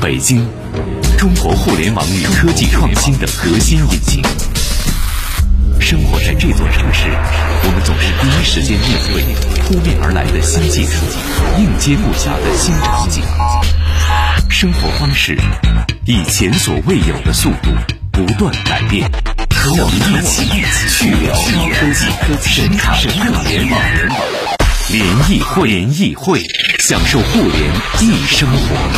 北京，中国互联网与科技创新的核心引擎。生活在这座城市，我们总是第一时间面对扑面而来的新技术，应接不暇的新场景。生活方式以前所未有的速度不断改变，和我们一起去聊科技神侃互联网。联谊会，联谊会，享受互联易生活。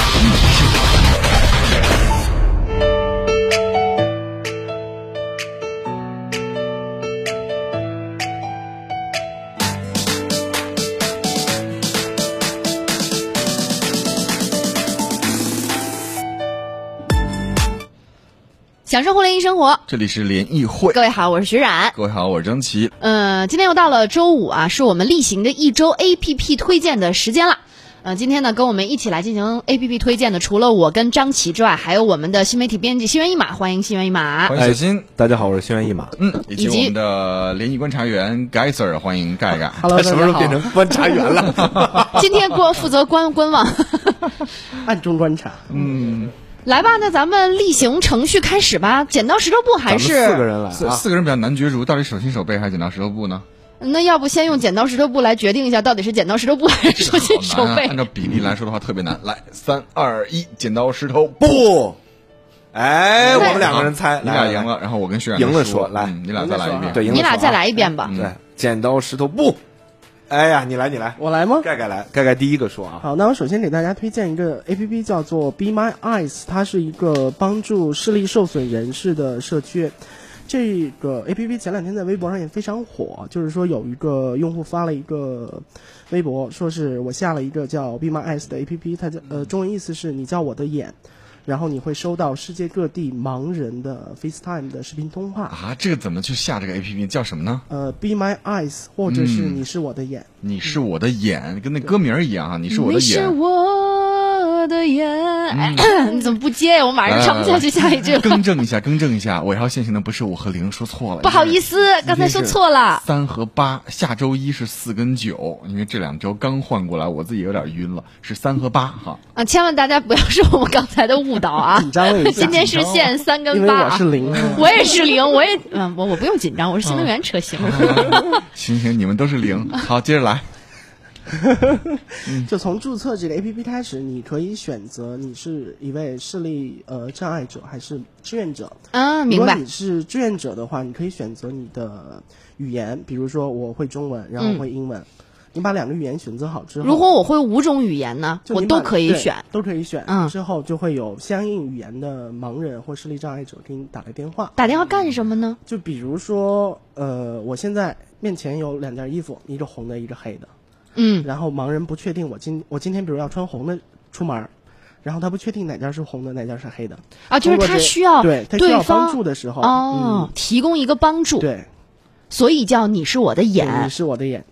享受互联易生活，这里是联谊会各，位好，我是徐冉。各位好，我是张琪。呃，今天又到了周五啊，是我们例行的一周 A P P 推荐的时间了。呃，今天呢，跟我们一起来进行 A P P 推荐的，除了我跟张琪之外，还有我们的新媒体编辑心猿意马，欢迎心猿意马。欢迎小新，大家好，我是心猿意马。嗯，以及以及我们的联谊观察员盖 Sir，欢迎盖盖。 Hello，他什么时候变成观察 员了？今天过负责观观望， 暗中观察，来吧，那咱们例行程序开始吧。剪刀石头布还咱们四个是人来四啊，四个人比较难角逐，到底手心手背还是剪刀石头布呢？那要不先用剪刀石头布来决定一下，到底是剪刀石头布还是手好心手难啊背按？照比例来说的话，特别难。来，三二一，剪刀石头布。不，哎，我对们两个人猜，你俩来赢。了，然后我跟徐冉赢都了输说来嗯你俩再来一遍。嗯对，赢了你俩说啊再来一遍吧。对，剪刀石头布。哎呀，你来，你来，我来吗？盖盖来，盖盖第一个说啊，好，那我首先给大家推荐一个 A P P，叫做 Be My Eyes，它是一个帮助视力受损人士的社区。这个 A P P 前两天在微博上也非常火，就是说有一个用户发了一个微博，说是我下了一个叫 Be My Eyes 的 A P P，它叫呃中文意思是你叫我的眼，然后你会收到世界各地盲人的 FaceTime 的视频通话，啊，这个怎么去下这个 A P P 叫什么呢？呃 Be My Eyes 或者是嗯你是我的眼。你是我的眼，跟那嗯歌名儿一样啊，你是我的你是眼。我的眼，哎，嗯 你怎么不接呀？我马上啊唱不下去下一句了。更正一下，更正一下，我要进行的不是五和零，说错了。 不好意思。思，刚才说错了。三和八，下周一是四跟九，因为这两周刚换过来，我自己有点晕了，是三和八哈。啊，千万大家不要受我们刚才的误导啊 紧！张了一下，今天是限三因跟为八我啊是，零。我也是零，我也嗯，我我不用紧张，我是新能源车型。 行行，你们都是零，好，接着来。就从注册这个 APP 开始，你可以选择你是一位视力呃障碍者还是志愿者。嗯，明如白果你。是志愿者的话，你可以选择你的语言，比如说我会中文，然后会英文。你把两个语言选择好之后，嗯如果我会五种语言呢，就我你把都可以对选。都可以选。嗯之后就会有相应语言的盲人或视力障碍者给你打来电话。打电话干什么呢？就比如说，呃，我现在面前有两件衣服，一个红的，一个黑的。嗯，然后盲人不确定我今我今天比如要穿红的出门儿，然后他不确定哪件是红的，哪件是黑的。啊，就是通过他这需要对他需要帮方助的时候，哦，提供一个帮嗯，助，对，所以叫你是我的对你眼。是我的眼。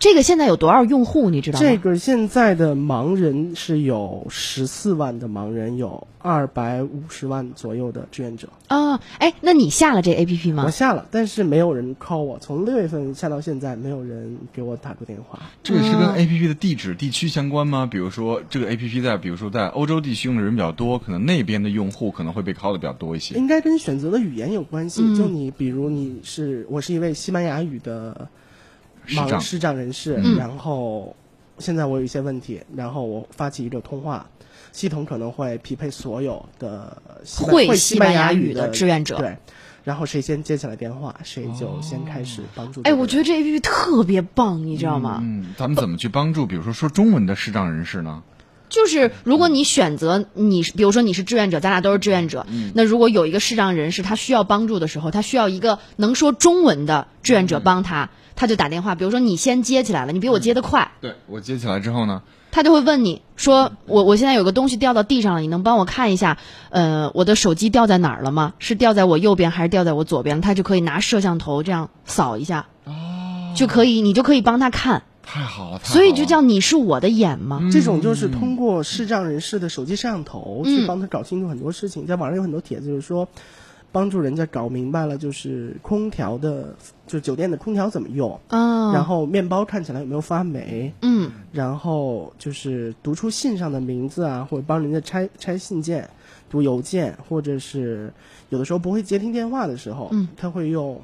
这个现在有多少用户你知道吗？这个现在的盲人是有十四万的盲人，有二百五十万左右的志愿者。啊，哎，那你下了这 A P P 吗我？下了，但是没有人 call 我，从六月份下到现在，没有人给我打过电话。这个是嗯跟 A P P 的地址、地区相关吗？比如说这个 A P P 在，比如说在欧洲地区用的人比较多，可能那边的用户可能会被 call 的比较多一些。应该跟选择的语言有关系。嗯就你，比如你是我是一位西班牙语的视障盲视障人士，嗯然后现在我有一些问题，然后我发起一个通话，系统可能会匹配所有的西班会会西西班班牙牙语的的志愿者对。然后谁先接起来电话，谁就先开始帮助这个哎，人。我觉得这 A P P 特别棒，你知道吗？嗯，咱们怎么去帮助，比如说说中文的视障人士呢？就是如果你选择你是，比如说你是志愿者，咱俩都是志愿者，嗯那如果有一个视障人士他需要帮助的时候，他需要一个能说中文的志愿嗯者帮他，他就打电话，比如说你先接起来了，你比我接得快，对我接起来之后呢，他就会问你说：“我我现在有个东西掉到地上了，你能帮我看一下？呃，我的手机掉在哪儿了吗？是掉在我右边还是掉在我左边？”他就可以拿摄像头这样扫一下，哦就可以，你就可以帮他看，太好了，太好了所以就叫你是我的眼嘛。这种就是通过视障人士的手机摄像头去帮他搞清楚很多事情，在网上有很多帖子，就是说，帮助人家搞明白了，就是空调的，就酒店的空调怎么用，嗯，然后面包看起来有没有发霉，嗯然后就是读出信上的名字啊，或者帮人家拆拆信件、读邮件，或者是有的时候不会接听电话的时候，嗯，他会用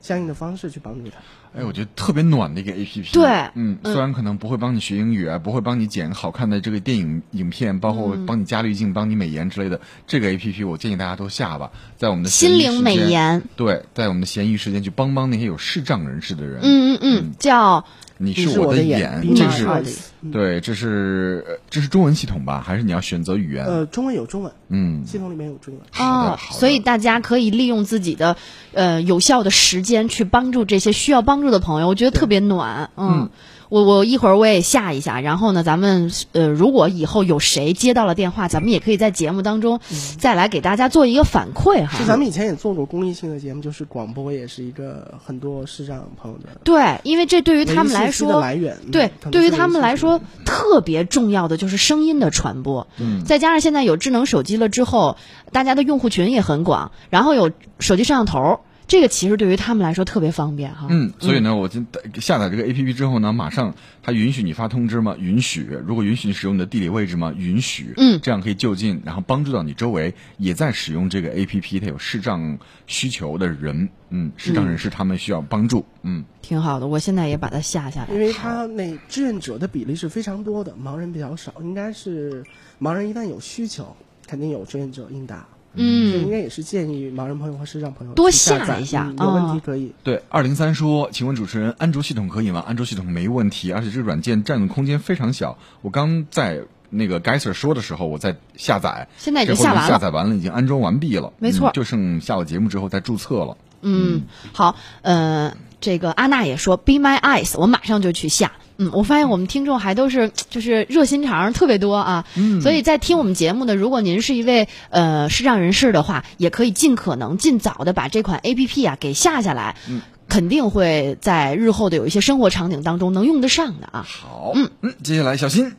相应的方式去帮助他。哎，我觉得特别暖的一个 A P P。对嗯，嗯虽然可能不会帮你学英语啊，不会帮你剪好看的这个电影影片，包括嗯帮你加滤镜、帮你美颜之类的，这个 A P P 我建议大家都下吧，在我们的闲心余灵时美间，颜，对，在我们的闲余时间去帮帮那些有视障人士的人。，嗯嗯嗯，叫你你是我的眼，你这是是我的对，这是呃这是中文系统吧？还是你要选择语言？呃，中文有中文，嗯，系统里面有中文。好的哦，好的所以大家可以利用自己的呃有效的时间去帮助这些需要帮助的朋友，我觉得特别暖。嗯，我我一会儿我也下一下，然后呢，咱们呃如果以后有谁接到了电话，咱们也可以在节目当中再来给大家做一个反馈哈。就咱们以前也做过公益性的节目，就是广播也是一个很多视障朋友的对，因为这对于唯一他们来信息的说，来源。嗯对，可能对于是他们唯一来信息的说特别重要的就是声音的传播。嗯，再加上现在有智能手机了之后，大家的用户群也很广，然后有手机摄像头，这个其实对于他们来说特别方便哈。嗯，所以呢，我今下载这个 A P P 之后呢，马上它允许你发通知吗？允许。如果允许你使用你的地理位置吗？允许。嗯这样可以就近，然后帮助到你周围也在使用这个 A P P，它有视障需求的人，嗯，视障人士他们需要帮助，嗯，挺好的，我现在也把它下下因来。为他那志愿者的比例是非常多的，盲人比较少，应该是盲人一旦有需求，肯定有志愿者应答。所以应嗯，该也是建议盲人朋友和视障朋友多去下下载一下嗯有问啊题可以。对。二零三说，请问主持人，安卓系统可以吗？安卓系统没问题，而且这个软件占用空间非常小。我刚在那个 Geyser 说的时候，我在下载，现哎在已经这会下儿完了下载完了，已经安装完毕了，没错嗯就剩下了节目之后再注册了。嗯，好，呃，这个阿娜也说 “Be my eyes”，我马上就去下。嗯，我发现我们听众还都是就是热心肠儿特别多啊，嗯，所以在听我们节目的，如果您是一位呃视障人士的话，也可以尽可能尽早的把这款 A P P 啊给下下来，嗯，肯定会在日后的有一些生活场景当中能用得上的啊。好，嗯嗯，接下来小新。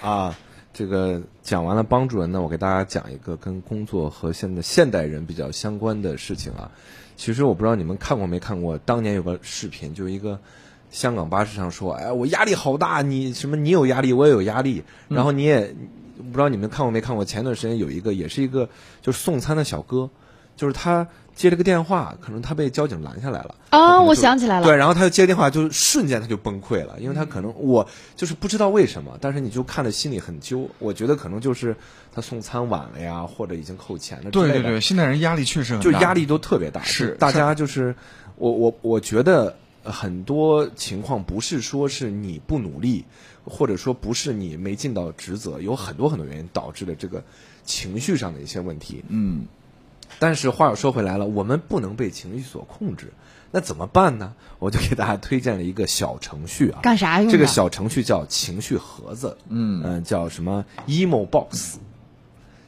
啊，这个讲完了帮助人呢，我给大家讲一个跟工作和现在现代人比较相关的事情啊。其实我不知道你们看过没看过，当年有个视频，就一个香港巴士上说：“哎，我压力好大，你什么你有压力，我也有压力。”嗯然后你也我不知道你们看过没看过，前段时间有一个也是一个就是送餐的小哥，就是他接了个电话，可能他被交警拦下来了。啊、我我就想起来了，对，然后他就接电话，就瞬间他就崩溃了，因为他可嗯能我就是不知道为什么，但是你就看着心里很揪。我觉得可能就是他送餐晚了呀，或者已经扣钱了之对类对的，对，现代人压力确实很大，就压力都特别大。是就大是家就是我我我觉得很多情况不是说是你不努力，或者说不是你没尽到职责，有很多很多原因导致的这个情绪上的一些问题。嗯，但是话又说回来了，我们不能被情绪所控制，那怎么办呢？我就给大家推荐了一个小程序啊，干啥用的？这个小程序叫情绪盒子，嗯叫什么 emo box，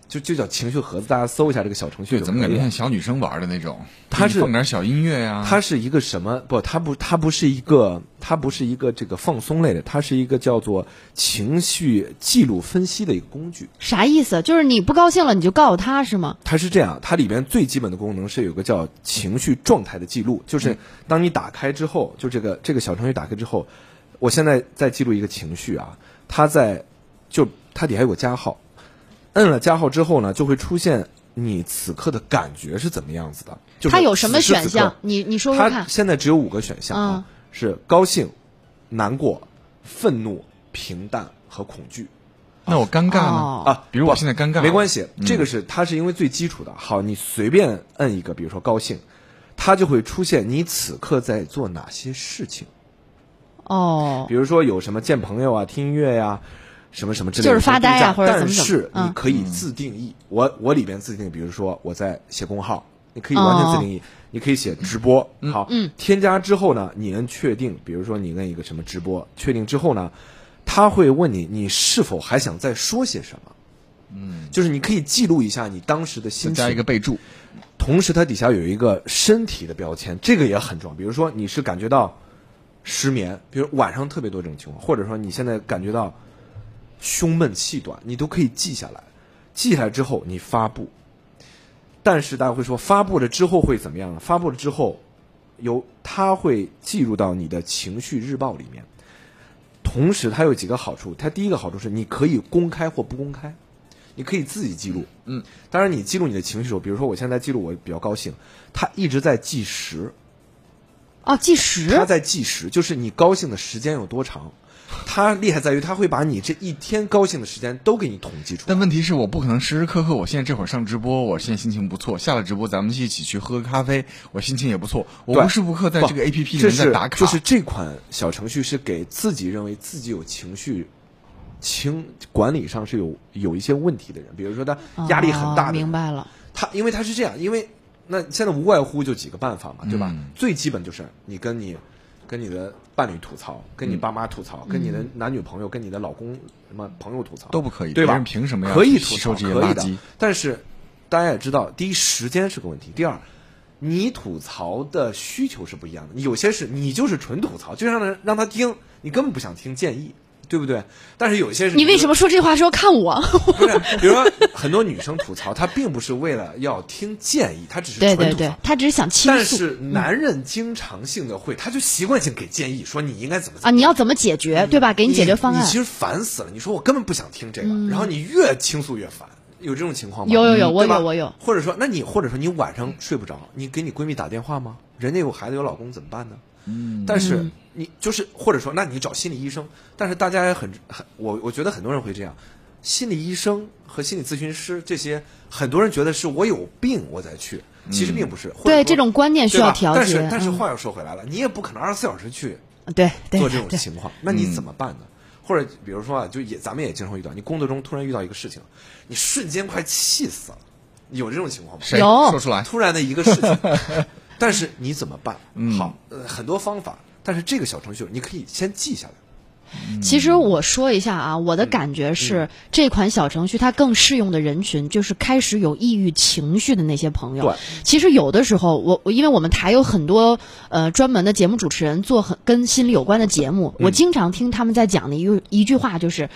就就叫情绪盒子，大家搜一下这个小程序对，就怎可以么了。感觉像小女生玩的那种？它是放点小音乐呀、它是一个什么？不，它不，它不是一个，它不是一个这个放松类的，它是一个叫做情绪记录分析的一个工具。啥意思？就是你不高兴了，你就告诉他是吗？它是这样，它里边最基本的功能是有个叫情绪状态的记录，嗯就是当你打开之后，就这个这个小程序打开之后，我现在在记录一个情绪啊，它在就它底下有个加号，摁了加号之后呢，就会出现你此刻的感觉是怎么样子的，就是他有什么此时选此刻项？你你说说它看。嗯现在只有五个选项啊，是高兴、难过、愤怒、平淡和恐惧。那我尴尬呢？哦啊，比如不我现在尴尬了没关系，嗯这个是它是因为最基础的。好，你随便摁一个，比如说高兴，它就会出现你此刻在做哪些事情，哦比，如说有什么见朋友啊、听音乐呀、什么什么之类的，就是发呆啊这种或者但怎么怎么是嗯你可以自定义，我我里边自定义，比如说我在写公号，你可以完全自定义。你可以写直播，好，哦嗯添加之后呢，你摁确定，比如说你摁一个什么直播，确定之后呢，他会问你你是否还想再说些什么，就是你可以记录一下你当时的嗯再心情，加一个备注，同时它底下有一个身体的标签，这个也很重要。比如说你是感觉到失眠，比如晚上特别多这种情况，或者说你现在感觉到胸闷气短，你都可以记下来。记下来之后你发布，但是大家会说，发布了之后会怎么样呢？发布了之后，由它会记录到你的情绪日报里面。同时，它有几个好处。它第一个好处是，你可以公开或不公开，你可以自己记录。嗯，当然，你记录你的情绪的时候，比如说我现在记录我比较高兴，它一直在计时，哦，计时嗯它在计时，就是你高兴的时间有多长。它厉害在于，它会把你这一天高兴的时间都给你统计出来。但问题是，我不可能时时刻刻，我现在这会儿上直播，我现在心情不错，下了直播咱们一起去喝个咖啡，我心情也不错，我对无时不刻在不这个 A P P 里这面在是打卡，就是这款小程序是给自己认为自己有情绪情管理上是有有一些问题的人，比如说他压力很大哦的人，明白了，他因为他是这样，因为那现在无外乎就几个办法嘛，对吧？嗯最基本就是你跟你跟你的伴侣吐槽，跟嗯你爸妈吐槽，跟你的男女朋友、跟你的老公什么朋友吐槽都不可以，对别吧？人凭什么要可以吐吸收槽这些可以垃的圾？，但是大家也知道，第一时间是个问题，第二。你吐槽的需求是不一样的，有些是你就是纯吐槽，就让人让他听，你根本不想听建议，对不对？但是有些是你为什么说这话的时候看我？不是？ 比如说很多女生吐槽，她并不是为了要听建议，她只是 纯对吐槽。对对，他只是想倾嗯但诉是男人经常性的会，他就习惯性给建议，说你应该怎么啊，怎么你要怎么解决，对吧？给你解决方嗯你案嗯你其。实烦死了，你说我根本不想听这个，然后你越倾诉越烦，有这种情况吗？有有有嗯我对吧有我有或者说，那你或者说你晚上睡不着，你给你闺蜜打电话吗？人家有孩子有老公怎么办呢？嗯，但是你就是或者说，那你找心理医生，但是大家也很很，我我觉得很多人会这样。心理医生和心理咨询师这些，很多人觉得是我有病我才去，其实并不是。或者对说这种观念需要对吧调但是节但是嗯话又说回来了，你也不可能二十四小时去对对做这种对，情况，那你怎么办呢？或者比如说啊，就也咱们也经常遇到，你工作中突然遇到一个事情，你瞬间快气死了，有这种情况吗？谁有说出来？突然的一个事情，但是你怎么办？好，呃，很多方法，但是这个小程序你可以先记下来。嗯其实我说一下啊，我的感觉是、这款小程序它更适用的人群就是开始有抑郁情绪的那些朋友。对，其实有的时候我我因为我们台有很多呃专门的节目主持人做很跟心理有关的节目，嗯我经常听他们在讲的一个一句话就是，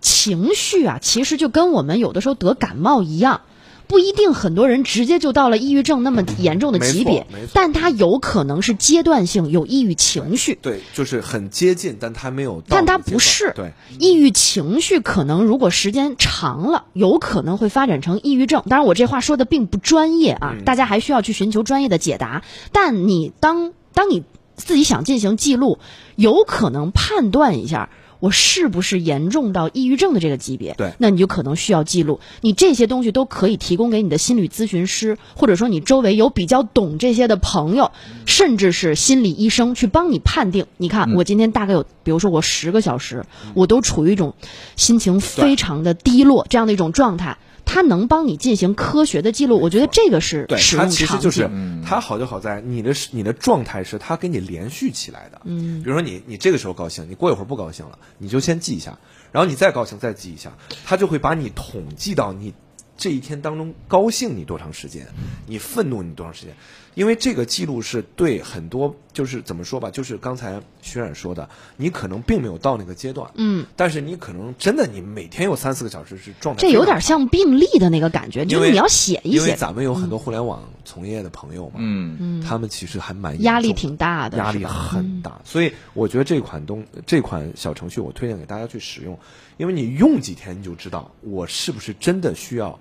情绪啊，其实就跟我们有的时候得感冒一样。不一定很多人直接就到了抑郁症那么严重的级别没错没错，但它有可能是阶段性有抑郁情绪。对，就是很接近，但他没有到但那它个阶不段是对，抑郁情绪，可能如果时间长了，有可能会发展成抑郁症。当然，我这话说的并不专业啊，大家还需要去寻求专业的解答。但你当当你自己想进行记录，有可能判断一下。我是不是严重到抑郁症的这个级别？对那你就可能需要记录，你这些东西都可以提供给你的心理咨询师，或者说你周围有比较懂这些的朋友，嗯甚至是心理医生去帮你判定。你看，我今天大概有，比如说我十个小时，嗯我都处于一种心情非常的低落这样的一种状态，它能帮你进行科学的记录，我觉得这个是对，使它用其实场就是景。它好就好在你的你的状态是它给你连续起来的。嗯，比如说你你这个时候高兴，你过一会儿不高兴了，你就先记一下，然后你再高兴再记一下，它就会把你统计到你这一天当中高兴你多长时间，你愤怒你多长时间，因为这个记录是对很多就是怎么说吧，就是刚才徐冉说的，你可能并没有到那个阶段，嗯，但是你可能真的你每天有三四个小时是状态这非有常好，点像病历的那个感觉，因就为是你要写一因为写，嗯咱们有很多互联网从业的朋友嘛，嗯，他们其实还蛮严重的压力挺大的，压是力吧嗯很大，所以我觉得这款东这款小程序我推荐给大家去使用，因为你用几天你就知道我是不是真的需要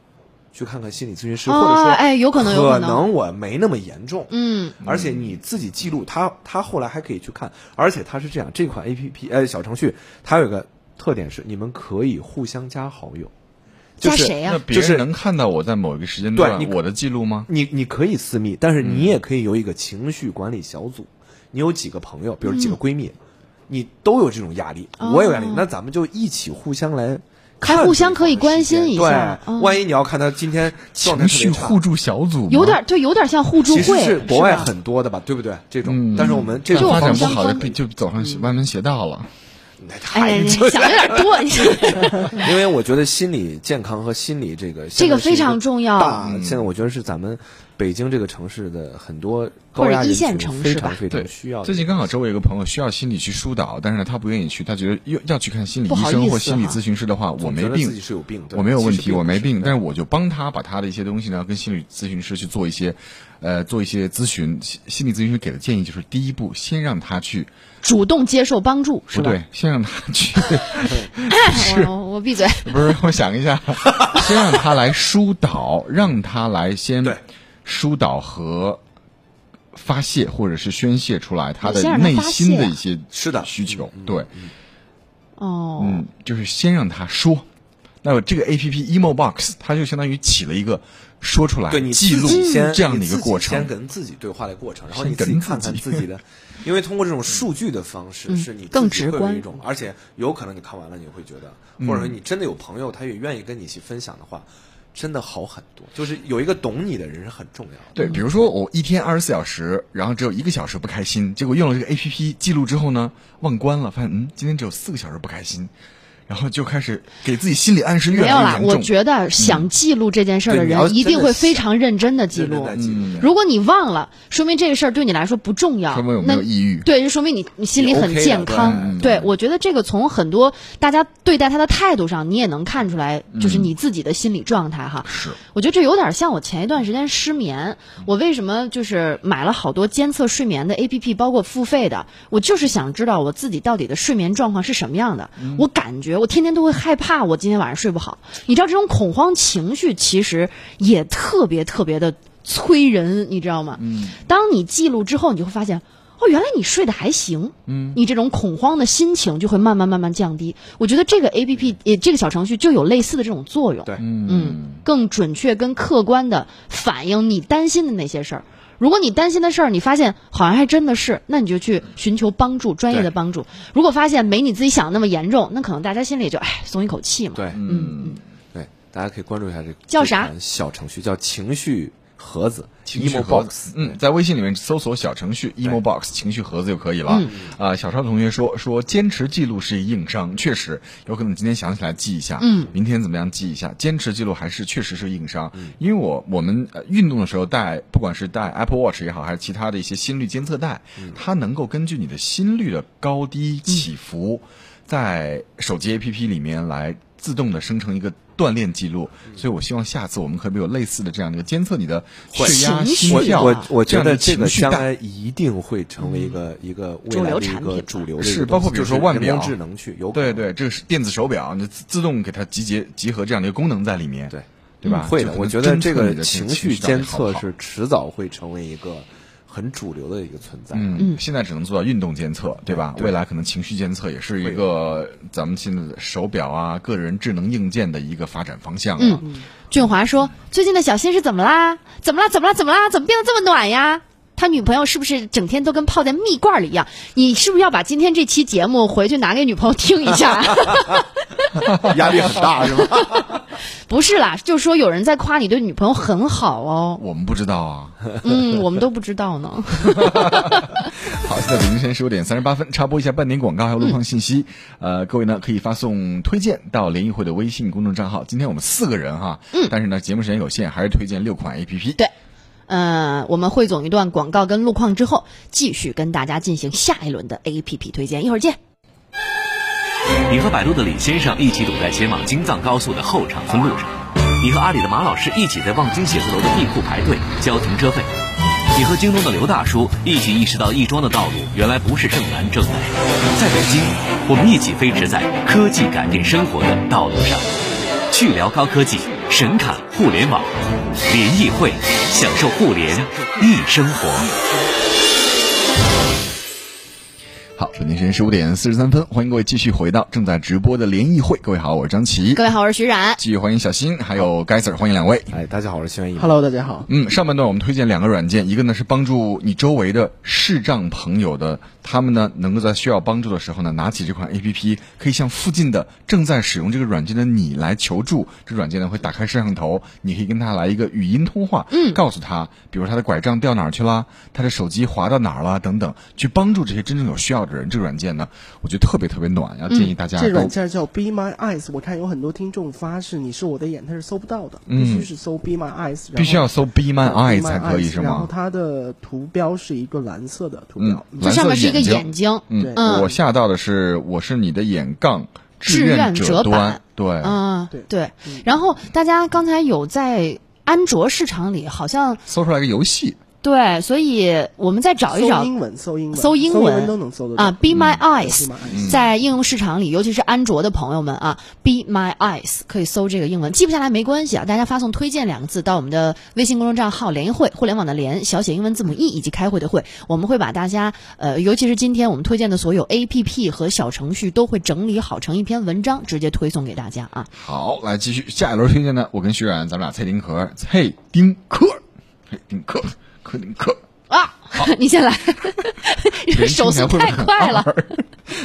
去看看心理咨询师，哦或者说哎有可能有可可能能我没那么严重，嗯，而且你自己记录它，它后来还可以去看，而且它是这样，这款 A P P 呃小程序它有一个特点是你们可以互相加好友，就加是哎谁呀、啊那别就是人能看到我在某一个时间对段你可我的记录吗？你你可以私密，但是你嗯也可以有一个情绪管理小组，你有几个朋友，比如嗯几个闺蜜，你都有这种压力，我有压力，那咱们就一起互相来看对方的时间，还哦互相可以关心一下对，嗯万一你要看他今天状态情特别绪差互助小组吗有点对，有点像互助其会，实是国外吧很多的吧，对不对？这种，嗯，但是我们这就种发展方不式好的就被就走上嗯歪门邪道了。哎，哎你想的有点多，你想因为我觉得心理健康和心理这个这个非常重要大，现在我觉得是咱们北京这个城市的很多或高者压一人线群城非市吧常非对常需要的。最近刚好周围有个朋友需要心理去疏导，但是呢，他不愿意去，他觉得要要去看心理不医好意生或思心理哈咨询师的话，我啊总没觉得病自己，是有病，对我没有其问实题，并我不没是病，对但是我就帮他把他的一些东西呢，跟心理咨询师去做一些，呃，做一些咨询。心心理咨询师给的建议就是，第一步，先让他去，主动接受帮助是不吧？对，先让他去， 我哦我我闭嘴。不是，我想一下，先让他来疏导，让他来先对疏导和发泄，或者是宣泄出来他的先让他内发心泄的啊一些是的需求，对。哦，嗯，就是先让他说。那么这个 A P P Emo Box，它就相当于起了一个说出来、对你记自录己先这样的你一个自己过先程。跟自己对话的过程，然后先你自己跟看自看己自 己的，因为通过这种数据的方式，嗯是你更自己直会有观一种，而且有可能你看完了你会觉得，嗯或者说你真的有朋友他也愿意跟你一起分享的话，真的好很多。就是有一个懂你的人是很重要的。对，比如说我一天二十四小时，然后只有一个小时不开心，结果用了这个 A P P 记录之后呢，忘关了，发现嗯，今天只有四个小时不开心，然后就开始给自己心理暗示越没有来啦，越我严重。觉得想记录这件事儿的对你要人一定真的会非想常认真的记认真录在。记录嗯对如果你忘了，说明这个事儿对你来说不重要。说明有没那有抑郁对，就说明你你心里也很 OK 的健康。嗯对，我觉得这个从很多大家对待他的态度上，你也能看出来，就是你自己的心理状态哈。是，我觉得这有点像我前一段时间失眠，我为什么就是买了好多监测睡眠的 A P P，包括付费的，我就是想知道我自己到底的睡眠状况是什么样的。嗯我感觉我天天都会害怕我今天晚上睡不好，你知道这种恐慌情绪其实也特别特别的催人，你知道吗？嗯当你记录之后，你就会发现。哦，原来你睡得还行，嗯，你这种恐慌的心情就会慢慢慢慢降低。我觉得这个 A P P，也这个小程序就有类似的这种作用。对嗯，更准确、跟客观的反映你担心的那些事儿。如果你担心的事儿，你发现好像还真的是，那你就去寻求帮助，专业的帮助。如果发现没你自己想的那么严重，那可能大家心里也就哎松一口气嘛。对，嗯，对，大家可以关注一下这个叫这啥款小程序，叫情绪盒子情绪 emo 盒 box 子。。嗯，在微信里面搜索小程序 emo box 情绪盒子就可以了。嗯啊、小超同学说说坚持记录是一硬伤，确实有可能今天想起来记一下，嗯，明天怎么样记一下，坚持记录还是确实是硬伤。嗯因为我我们、呃、运动的时候带，不管是带 Apple Watch 也好，还是其他的一些心率监测带，嗯它能够根据你的心率的高低起伏，嗯在手机 APP 里面来自动的生成一个。锻炼记录，嗯所以我希望下次我们可不可以有类似的这样的一个监测你的血压、情绪心我跳，我啊我啊这觉样的得这个情绪将带嗯来一定会成为一个一个未主来流的一产个品主流的一是个包括东西比如就说是腕人表工智能去有可对能对，这个是电子手表，你自自动给它集结集合这样的一个功能在里面，对嗯对吧？会就的，可能我觉侦得测这你个的情绪绪到底监好不测好是迟早会成为一个很主流的一个存在。嗯，现在只能做到运动监测，对吧？对未来可能情绪监测也是一个咱们现在的手表啊、个人智能硬件的一个发展方向啊。嗯俊华说：“最近的小新是怎么啦？怎么啦？怎么啦？怎么啦？怎么变得这么暖呀？他女朋友是不是整天都跟泡在蜜罐里一样？你是不是要把今天这期节目回去拿给女朋友听一下？”压力很大是吗？不是啦，就是说有人在夸你对女朋友很好哦。我们不知道啊。嗯，我们都不知道呢。好，现在北京时间十五点三十八分，插播一下半点广告还有路况信息。嗯呃，各位呢可以发送推荐到联谊会的微信公众账号。今天我们四个人哈，嗯，但是呢节目时间有限，还是推荐六款 A P P。对呃，我们汇总一段广告跟路况之后，继续跟大家进行下一轮的 APP 推荐，一会儿见。你和百度的李先生一起堵在前往京藏高速的后场村路上，你和阿里的马老师一起在望京写字楼的地库排队交停车费，你和京东的刘大叔一起意识到亦庄的道路原来不是正南正北。在北京，我们一起飞驰在科技改变生活的道路上，去聊高科技，神侃互联网，联谊会，享受互联易生活。好，北京时间十五点四十三分，欢迎各位继续回到正在直播的联谊会。各位好，我是张琪各，位好，我是徐冉。继续欢迎小新，还有 g e s e r 欢迎两位。哎，大家好，我是新元一。 Hello，大家好。嗯，上半段我们推荐两个软件，一个呢是帮助你周围的视障朋友的，他们呢能够在需要帮助的时候呢，拿起这款 A P P，可以向附近的正在使用这个软件的你来求助。这软件呢会打开摄像头，你可以跟他来一个语音通话，嗯，告诉他，比如他的拐杖掉哪儿去啦，他的手机滑到哪儿了等等，去帮助这些真正有需要的人。人这个软件呢，我觉得特别特别暖，要建议大家嗯这都软件叫 Be My Eyes，我看有很多听众发是“你是我的眼”，它是搜不到的，嗯必须是搜 Be My Eyes，然后必须要搜 Be My Be Eye 才可以 Eyes，是然后吗？它的图标是一个蓝色的图嗯标，，这蓝色上的面是一个眼眼睛，睛。对嗯，嗯我下到的是我是你的眼杠志愿者者端版，对，嗯，对对嗯。然后大家刚才有在安卓市场里，好像搜出来个游戏，对，所以我们再找一搜找英文，搜英文，搜搜英文都能搜得到啊，Be My Eyes， Be My Eyes 在应用市场里，尤其是安卓的朋友们啊，Be My Eyes 可以搜这个英文，记不下来没关系啊，大家发送“推荐”两个字到我们的微信公众账号“联谊会”，互联网的联，小写英文字母 e 以及开会的会，我们会把大家呃，尤其是今天我们推荐的所有 APP 和小程序都会整理好成一篇文章，直接推送给大家啊。好，来继续下一轮推荐呢，我跟徐冉咱们俩蔡丁壳，蔡丁壳，蔡丁壳，柯丁壳，啊， 你先来， 手速太快了。。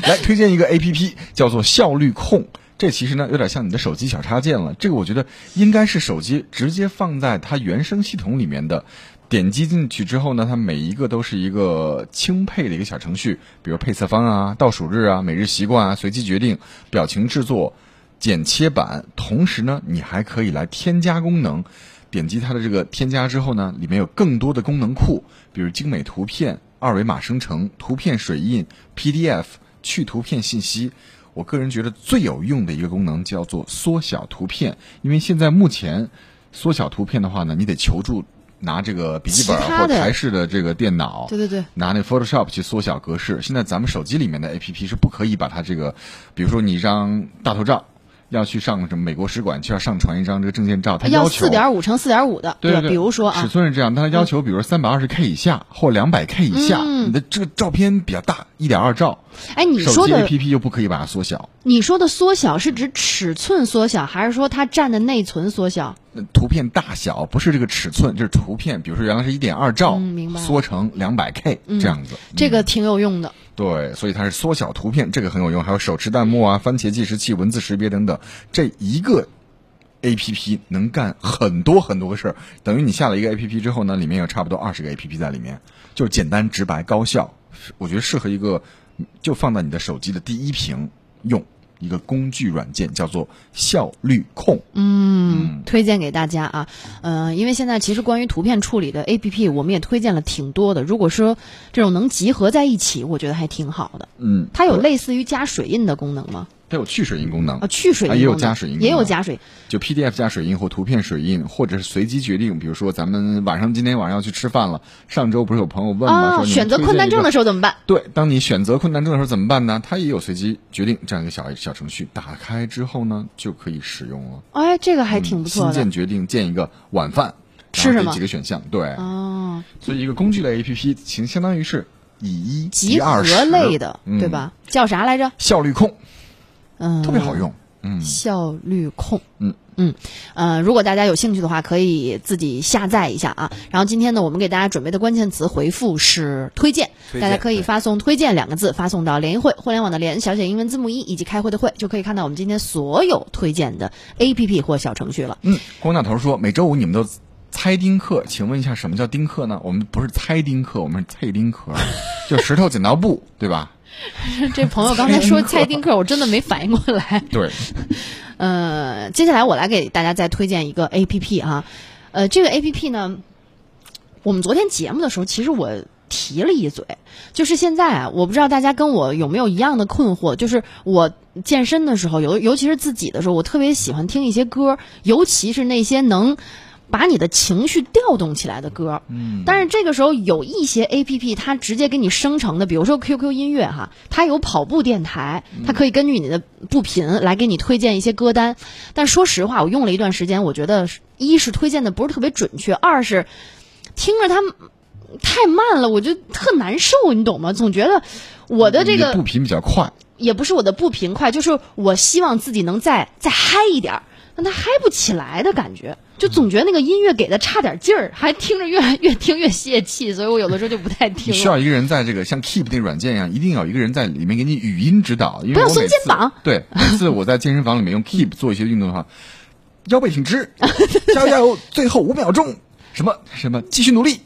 来推荐一个 A P P，叫做效率控。这其实呢，有点像你的手机小插件了。这个我觉得应该是手机直接放在它原生系统里面的。点击进去之后呢，它每一个都是一个轻配的一个小程序，比如配色方啊、倒数日啊、每日习惯啊、随机决定、表情制作、剪切版。同时呢，你还可以来添加功能，点击它的这个添加之后呢，里面有更多的功能库，比如精美图片、二维码生成、图片水印、PDF、去图片信息。我个人觉得最有用的一个功能叫做缩小图片，因为现在目前缩小图片的话呢，你得求助拿这个笔记本其他或的台式的这个电脑，对对对，拿那 Photoshop 去缩小格式。现在咱们手机里面的 APP 是不可以把它这个，比如说你一张大头照，要去上什么美国使馆，就要上传一张这个证件照，它要求四点五乘四点五的，对吧？对，比如说尺啊，寸是这样，但它要求比如三百二十 K 以下或两百 K 以下，你的这个照片比较大，一点二兆，哎，嗯你手说机的 APP 又不可以把它缩小，你说的缩小是指尺寸缩小，还是说它占的内存缩小？那图片大小不是这个尺寸，就是图片，比如说原来是一点二兆，嗯明白了嗯缩成两百 K 这样子。这个挺有用的。对，所以它是缩小图片，这个很有用，还有手持弹幕啊、番茄计时器、文字识别等等，这一个 A P P 能干很多很多个事儿。等于你下了一个 A P P 之后呢，里面有差不多二十个 A P P 在里面，就是简单、直白、高效，是我觉得适合一个就放在你的手机的第一屏用一个工具软件，叫做效率控。嗯，推荐给大家啊。嗯、因为现在其实关于图片处理的 APP，我们也推荐了挺多的。如果说这种能集合在一起，我觉得还挺好的。嗯，它有类似于加水印的功能吗？它有去水印功能啊，去水印啊也有功能加水印功也有能加水。就 PDF 加水印或图片水印，或者是随机决定，比如说咱们晚上今天晚上要去吃饭了，上周不是有朋友问吗？啊，说你们选择推荐困难一个症的时候怎么办？对，当你选择困难症的时候怎么办呢？它也有随机决定这样一个小小程序，打开之后呢就可以使用了，嗯哎，这个还挺不错新的建。决定建一个晚饭，吃然什后给么几个选项，对，哦，所以一个工具类 APP 其实相当于是以啊一集合二十类的，嗯对？吧？叫啥来着？效率控嗯，特别好。用，嗯，效率控，嗯嗯，呃，如果大家有兴趣的话，可以自己下载一下啊。然后今天呢，我们给大家准备的关键词回复是推荐，推荐大家可以发送“推荐”两个字，发送到联谊会互联网的联小写英文字母一以及开会的会，就可以看到我们今天所有推荐的 APP 或小程序了。嗯，光大头说每周五你们都猜丁克，请问一下什么叫丁克呢？我们不是猜丁克，我们是猜丁 克，就石头剪刀布，对吧？这朋 友刚才说猜丁克，我真的没反应过来。对，呃，接下来我来给大家再推荐一个 A P P 啊，呃，这个 A P P 呢，我们昨天节目的时候，其实我提了一嘴，就是现在啊，我不知道大家跟我有没有一样的困惑，就是我健身的时候，尤尤其是自己的时候，我特别喜欢听一些歌，尤其是那些能。把你的情绪调动起来的歌，嗯，但是这个时候有一些 A P P 它直接给你生成的，比如说 Q Q 音乐哈，它有跑步电台，它可以根据你的步频来给你推荐一些歌单。但说实话，我用了一段时间，我觉得是一是推荐的不是特别准确，二是听着它太慢了，我就特难受，你懂吗？总觉得我的这你个的步频比较快，也不是我的不频快，就是我希望自己能再再嗨一点儿，但他嗨不起来的感觉，就总觉得那个音乐给的差点劲儿，还听着越越听越泄气，所以我有的时候就不太你听需了。要一个人在这个像 Keep 那软件一样，一定要有一个人在里面给你语音指导，因为不要我每松肩次膀。对，每次我在健身房里面用 Keep 做一些运动的话， 腰背挺直，加油加油，最后五秒钟，什么什么，继续努力。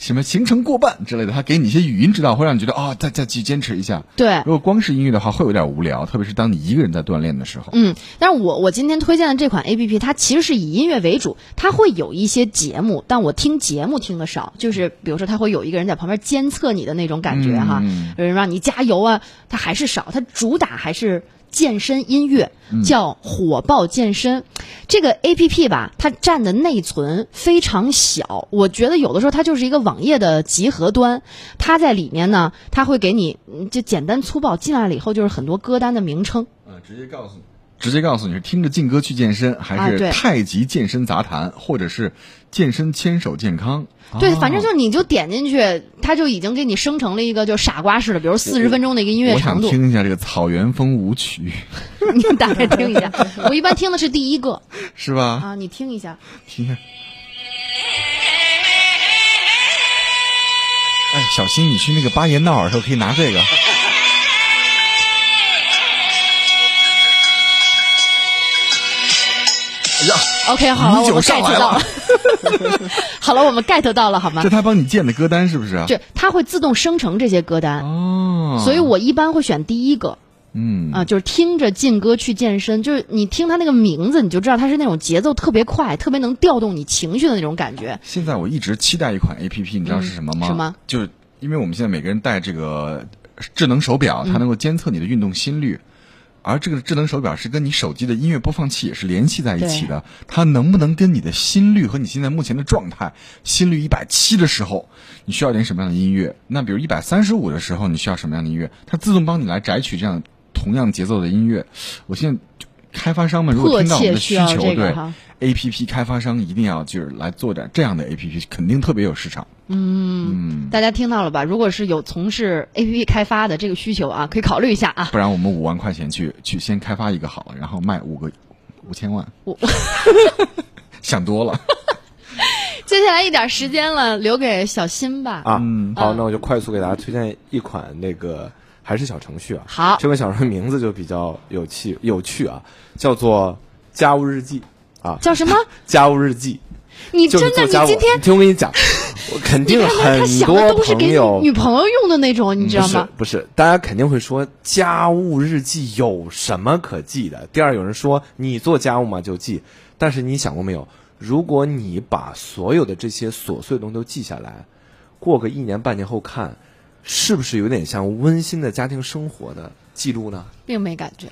什么行程过半之类的，他给你一些语音指导，会让你觉得啊、再再去坚持一下。对如，果光是音乐的话，会有点无聊，特别是当你一个人在锻炼的时候。嗯，但是我我今天推荐的这款 A P P，它其实是以音乐为主，它会有一些节目，但我听节目听的少，就是比如说它会有一个人在旁边监测你的那种感觉哈，有人让你加油啊，它还是少，它主打还是。健身音乐叫火爆健身，这个 A P P 吧，它占的内存非常小，我觉得有的时候它就是一个网页的集合端，它在里面呢，它会给你嗯就简单粗暴进来了以后就是很多歌单的名称，嗯，直接告诉你，直接告诉你是听着劲歌去健身，还啊是对太极健身杂谈，或者是健身牵手健康。啊对，反正就是你就点进去，它就已经给你生成了一个就傻瓜式的，比如四十分钟的一个音乐我长想度，听一下这个草原风舞曲， 你打开听一下。我一般听的是第一个是吧？啊，你听一下，听一下。哎，小新，你去那个巴彦淖尔的时候可以拿这个。 OK，好了，你我就们上 get 来到了了，好了，我 们 get 到了，好吗这？他帮你建的歌单是不是啊？这它会自动生成这些歌单，哦，所以我一般会选第一个嗯啊，就是听着劲歌去健身，就是你听它那个名字，你就知道它是那种节奏特别快，特别能调动你情绪的那种感觉。现在我一直期待一款 A P P，你知道是什么吗？嗯什么？就是因为我们现在每个人戴这个智能手表，它能够监测你的运动心率。而这个智能手表是跟你手机的音乐播放器也是联系在一起嗯的，它能不能跟你的心率和你现在目前的状态，心率一百七的时候，你需要点什么样的音乐？那比如一百三十五的时候，你需要什么样的音乐？它自动帮你来摘取这样同样节奏的音乐。我现在就开发商们如果迫听到我切们的需需要求，这对个，哈， A P P 开发商一定要就是来做点这样的 A P P，肯定特别有市场。嗯，大家听到了吧？如果是有从事 APP 开发的这个需求啊，可以考虑一下啊。 不然我们五万块钱去去先开发一个好了，然后卖五个五千万。我 想多了，接下来一点时间了，留给小新吧。啊，嗯好，嗯那我就快速给大家推荐一款那个还是小程序啊。好这款小程序名字就比较有趣有趣啊，叫做《家务日记》啊，叫什 么？ 《家务日记你》就真的，是做你家务。今天听我跟 你讲，我肯你定看看他很想的多都是朋给友女朋友用的那种，你知不道是吗？不是，大家肯定会说家务日记有什么可记的？第二，有人说你做家务嘛就记，但是你想过没有？如果你把所有的这些琐碎的东西都记下来，过个一年半年后看，是不是有点像温馨的家庭生活的记录呢？并没感 觉。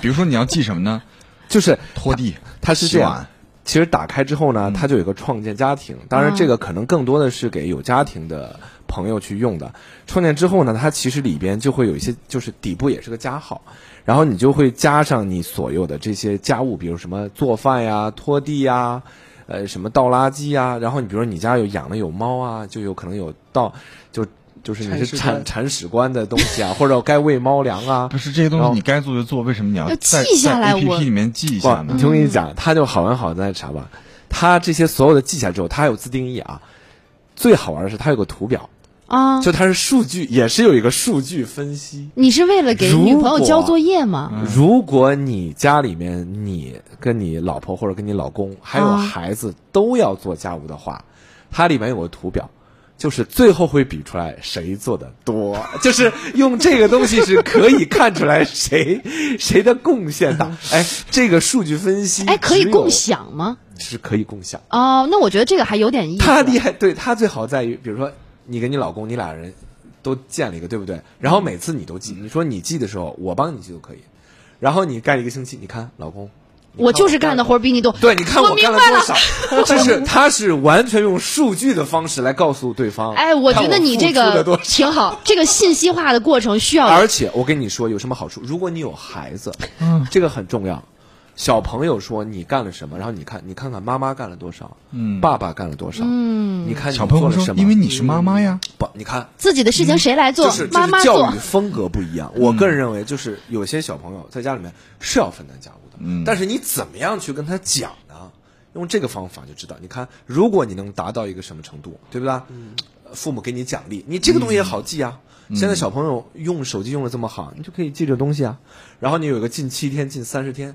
比如说你要记什么呢？就是拖地，它是洗这样碗。。其实打开之后呢，它就有一个创建家庭，当然这啊个可能更多的是给有家庭的朋友去用的。创建之后呢，它其实里边就会有一些，就是底部也是个加号，然后你就会加上你所有的这些家务，比如什么做饭呀、拖地呀，呃，什么倒垃圾呀。然后你比如说你家有养了有猫啊，就有可能有倒就就是你是铲屎官铲铲屎官的东西啊，或者该喂猫粮啊，不是这些东然西后你该做就做，为什么你要要在记下来在 A P 我 P 里面记一不，下你呢？听我跟你讲，他就好玩好玩在啥吧？他这些所有的记下来之后，他有自定义啊。最好玩的是，它有个图表，啊，就它是数据，也是有一个数据分析。你是为了给如女朋友果交作业吗？嗯如果你家里面你跟你老婆或者跟你老公还有啊孩子都要做家务的话，它里面有个图表，就是最后会比出来谁做的多，就是用这个东西是可以看出来谁谁的贡献 大。哎，这个数据分析哎，可以只有共享吗？是可以共享。哦，那我觉得这个还有点意思。啊他厉害，对他最好在于，比如说你跟你老公，你俩人都建了一个，对不对？然后每次你都记，你说你记的时候，我帮你记就可以。然后你干一个星期，你看老公，你 看我就是干的活儿比你多。对，你看我我明干白了了多少，就是他是完全用数据的方式来告诉对方。哎，我看觉得你这付出了个多少 挺好，这个信息化的过程需要而且我跟你说有什么好处？如果你有孩子，嗯，这个很重要。小朋友说你干了什么，然后你看，你看看妈妈干了多少，嗯，爸爸干了多少，嗯，你看你小朋友做了说什，么？因为你是妈妈呀，不，你看，自己的事情谁来做？就是妈就妈是做嗯教育。风格不一样。我个人认为，就是有些小朋友在家里面是要分担家务的，嗯，但是你怎么样去跟他讲呢？用这个方法就知道。你看，如果你能达到一个什么程度，对不对？嗯呃父母给你奖励，你这个东西也好记啊。现在小朋友用手机用的这么好，你就可以记这东西啊。然后你有一个近七天、近三十天。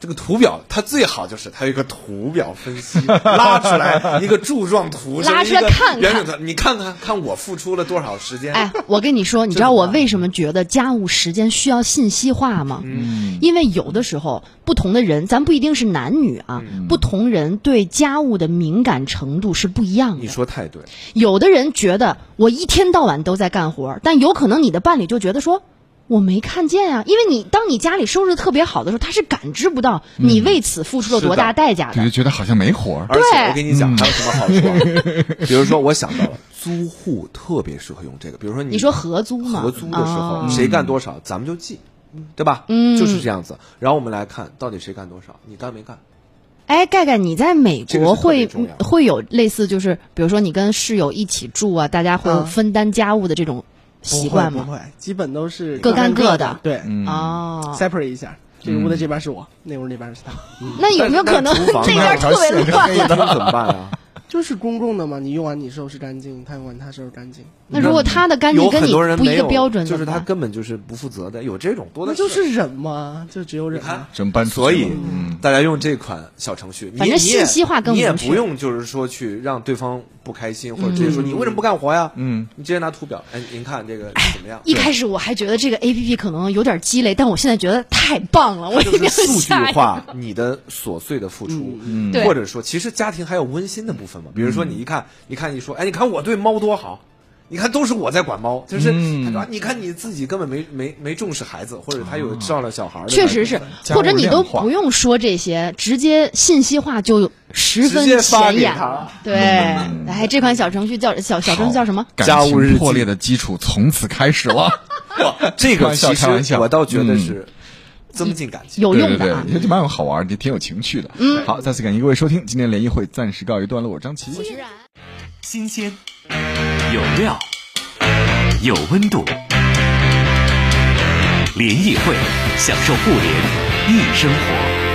这个图表它最好就是它有一个图表 分析，拉出来一个柱状图，拉出来这么一个看看圆整图，你看看看我付出了多少时 间？哎，我跟你说，你知道我为什么觉得家务时间需要信息化吗？嗯因为有的时候不同的人，咱不一定是男女啊，嗯不同人对家务的敏感程度是不一样你的。说太对，有的人觉得我一天到晚都在干活儿，但有可能你的伴侣就觉得说。我没看见啊，因为你当你家里收拾得特别好的时候，他是感知不到你嗯为此付出了多大代价就的。觉得好像没活儿。而且对嗯我跟你讲还有什么好处 啊？比如说我想到了租户特别适合用这个，比如说你你说合租吗？合租的时候、嗯哦谁干多少，咱们就记，对吧？嗯，就是这样子。然后我们来看到底谁干多少，你干没干？哎，盖盖，你在美这个是国特别会重要会有类似就是，比如说你跟室友一起住啊，大家会有分担家务的这种习惯不会吗？不会，基本都是各干各各的对嗯嗯哦， ，separate 一下，这屋的这边是我，那屋那 边是他，那有没有可能但是但 这边是特别那一乱？天怎么办啊？就是公共的嘛，你用完你收拾干净，他用完他收拾干净， 那如果他的干净有跟很你多人不一没个有，标准，就怎是么他办？根本就是不负责的，有这种多的那就是忍嘛，就只有啊忍看嘛。怎么办？所以，嗯大家用这款小程序，你反正你也信息化更你也明确嗯不用就是说去让对方不开心，或者直接说你为什么不干活呀？嗯，你直接拿图表，哎，您看这个怎么样？一开始我还觉得这个 A P P 可能有点鸡肋，但我现在觉得太棒了，我一就定是要数据下一个。嗯化你的琐碎的付出，对或者说，其实家庭还有温馨的部分嘛。比如说，你一看，你看一说，哎，你看我对猫多好，你看都是我在管猫，就是、嗯他说啊你看你自己根本没没没重视孩子，或者他有照料小孩儿的那确种部实分，是，家务或者你都量化不用说这些，直接信息化就十直分接发显给眼他嗯了。对，哎，这款小程序叫小小程序叫什么？感家务日情记破裂的基础从此开 始了。哇， 这 开个玩笑其开玩实笑我倒觉得是增进感情。有对对用对的啊，。也挺蛮有好玩的，也挺有情趣的。嗯，好，再次感谢各位收听，今天联谊会暂时告一段落。我是张琪，居然。新鲜，有料，有温度。联谊会，享受互联易生活。